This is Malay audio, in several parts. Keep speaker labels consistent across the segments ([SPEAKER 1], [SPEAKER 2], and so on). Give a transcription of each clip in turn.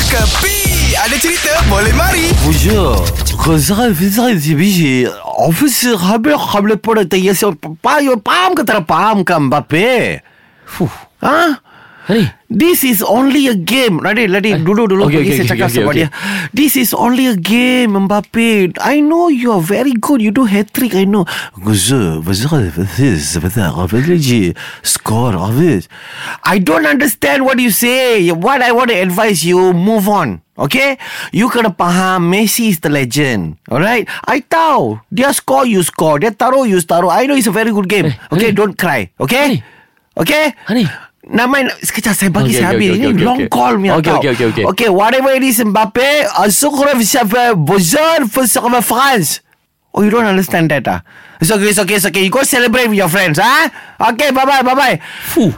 [SPEAKER 1] Kepi Ada cerita boleh mari
[SPEAKER 2] Bonjour. Ghazal Fizal Zibishi. Officer Habir Hable Pore Tayasi Payo Pam Katara Pam Kam Bape. Huh?
[SPEAKER 3] Hari.
[SPEAKER 2] This is only a game Radin, Radin Dulu dulu okay,
[SPEAKER 3] Eh, okay, okay,
[SPEAKER 2] Saya
[SPEAKER 3] okay,
[SPEAKER 2] cakap
[SPEAKER 3] okay,
[SPEAKER 2] okay, sama
[SPEAKER 3] okay.
[SPEAKER 2] dia This is only a game Mbappe I know you are very good You do hat-trick I know Ghazal Fizal Fizal Fizal Score of it I don't understand what you say What I want to advise you Move on Okay You kena faham Messi is the legend Alright I tahu Dia score you score Dia taruh you taruh I know it's a very good game
[SPEAKER 3] Eh,
[SPEAKER 2] Okay
[SPEAKER 3] Hanif.
[SPEAKER 2] don't cry Okay Okay
[SPEAKER 3] Hanif.
[SPEAKER 2] Nak main Sekejap saya bagi
[SPEAKER 3] Ha, Okay,
[SPEAKER 2] saya
[SPEAKER 3] okay,
[SPEAKER 2] habis
[SPEAKER 3] okay,
[SPEAKER 2] Ini
[SPEAKER 3] okay,
[SPEAKER 2] long
[SPEAKER 3] okay.
[SPEAKER 2] call punya
[SPEAKER 3] Okay,
[SPEAKER 2] tau
[SPEAKER 3] okay, okay, okay.
[SPEAKER 2] okay whatever it is Mbappe uh, Asukhraf Syafa Bozal Fasakma France Oh you don't understand that ah It's okay it's okay it's okay You go celebrate with your friends ah Okay bye bye bye bye
[SPEAKER 3] Fuh.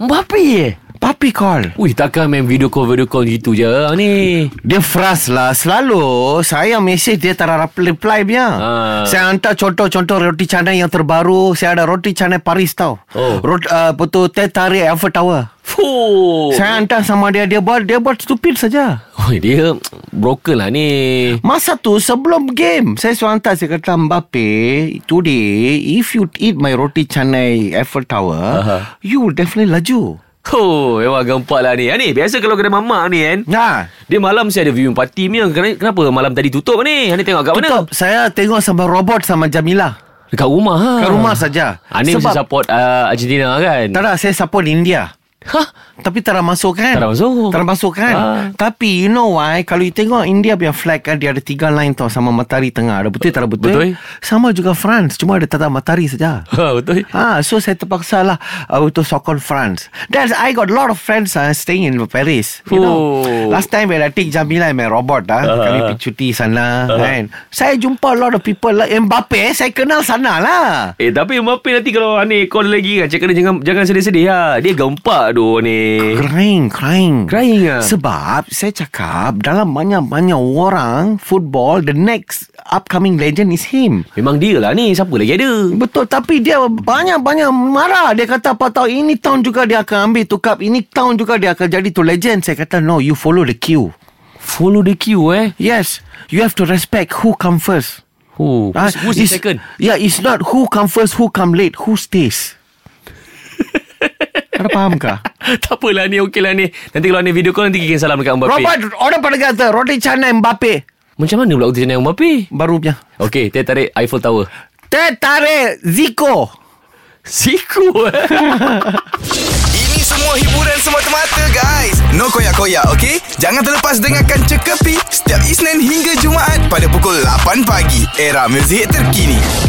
[SPEAKER 3] Mbappe eh.
[SPEAKER 2] Papi call
[SPEAKER 3] Ui, takkan main video call video call gitu je ah, ni.
[SPEAKER 2] dia frust lah Selalu Saya mesej dia tak ada reply dia
[SPEAKER 3] Ah.
[SPEAKER 2] Saya hantar contoh-contoh roti canai yang terbaru Saya ada roti canai Paris tau
[SPEAKER 3] Oh.
[SPEAKER 2] Rot, uh, Betul Teh tarik Eiffel Tower
[SPEAKER 3] Fuh.
[SPEAKER 2] Saya hantar sama dia Dia buat dia buat stupid saja
[SPEAKER 3] Ui, dia broken lah ni.
[SPEAKER 2] Masa tu sebelum game Saya suruh hantar Saya kata Mbappe Today If you eat my roti canai Eiffel Tower
[SPEAKER 3] Aha.
[SPEAKER 2] You will definitely laju
[SPEAKER 3] Oh, memang gempak lah ni. Ha, ni, biasa kalau kedai mamak ni kan.
[SPEAKER 2] Nah
[SPEAKER 3] Dia malam saya ada viewing party punya. Ken- Kenapa malam tadi tutup ni? Ani tengok kat mana?
[SPEAKER 2] Tutup Saya tengok sama robot Sama Jamila
[SPEAKER 3] Dekat rumah ha.
[SPEAKER 2] Kat rumah saja
[SPEAKER 3] Ani Ah, mesti support uh, Argentina kan?
[SPEAKER 2] Tak ada saya support India
[SPEAKER 3] Ha?
[SPEAKER 2] Tapi tak ada masuk kan
[SPEAKER 3] Tak ada masuk.
[SPEAKER 2] Tak ada masuk kan
[SPEAKER 3] Ah.
[SPEAKER 2] Tapi you know why Kalau you tengok India punya flag kan Dia ada tiga line tau Sama matahari tengah Ada betul tak ada betul
[SPEAKER 3] Betul.
[SPEAKER 2] Sama juga France Cuma ada tak ada matahari saja
[SPEAKER 3] Ha, betul.
[SPEAKER 2] Ah, so saya terpaksa lah uh, untuk sokong France. That's I got a lot of friends uh, staying in Paris. You know,
[SPEAKER 3] Oh.
[SPEAKER 2] last time when I take Jamila and my robot, ah, uh, kami pergi cuti sana. Uh, kan. Saya jumpa a lot of people like Mbappe. eh, Saya kenal sana lah.
[SPEAKER 3] Eh tapi Mbappe nanti kalau Ani call lagi kan Cakap dia jangan, jangan sedih-sedih lah Dia gempak tu ni
[SPEAKER 2] Crying, crying.
[SPEAKER 3] Eh? Crying ah.
[SPEAKER 2] Sebab saya cakap dalam banyak-banyak orang football, the next upcoming legend is him.
[SPEAKER 3] Memang dia lah ni Siapa lagi ada
[SPEAKER 2] Betul tapi dia banyak-banyak marah Dia kata apa tahu ini tahun juga dia akan ambil tu cup Ini tahun juga dia akan jadi tu legend Saya kata no you follow the queue
[SPEAKER 3] Follow the queue eh
[SPEAKER 2] Yes you have to respect who come first
[SPEAKER 3] Who?
[SPEAKER 2] Ah,
[SPEAKER 3] Who's, who's the
[SPEAKER 2] it's-
[SPEAKER 3] second?
[SPEAKER 2] Yeah it's not who come first who come late who stays Ada faham kah?
[SPEAKER 3] tak apalah ni Okey lah ni Nanti kalau ni video call Nanti kirim salam dekat Mbappe
[SPEAKER 2] Robert orang pada kata Roti canai Mbappe
[SPEAKER 3] Macam mana pula Aku tanya Mbappe
[SPEAKER 2] Baru punya
[SPEAKER 3] Okey dia tarik Eiffel Tower
[SPEAKER 2] Teh tarik Zico
[SPEAKER 3] Siku eh
[SPEAKER 1] Ini semua hiburan semata-mata guys No koyak-koyak ok Jangan terlepas dengarkan Cekapi Setiap Isnin hingga Jumaat Pada pukul 8 pagi Era muzik terkini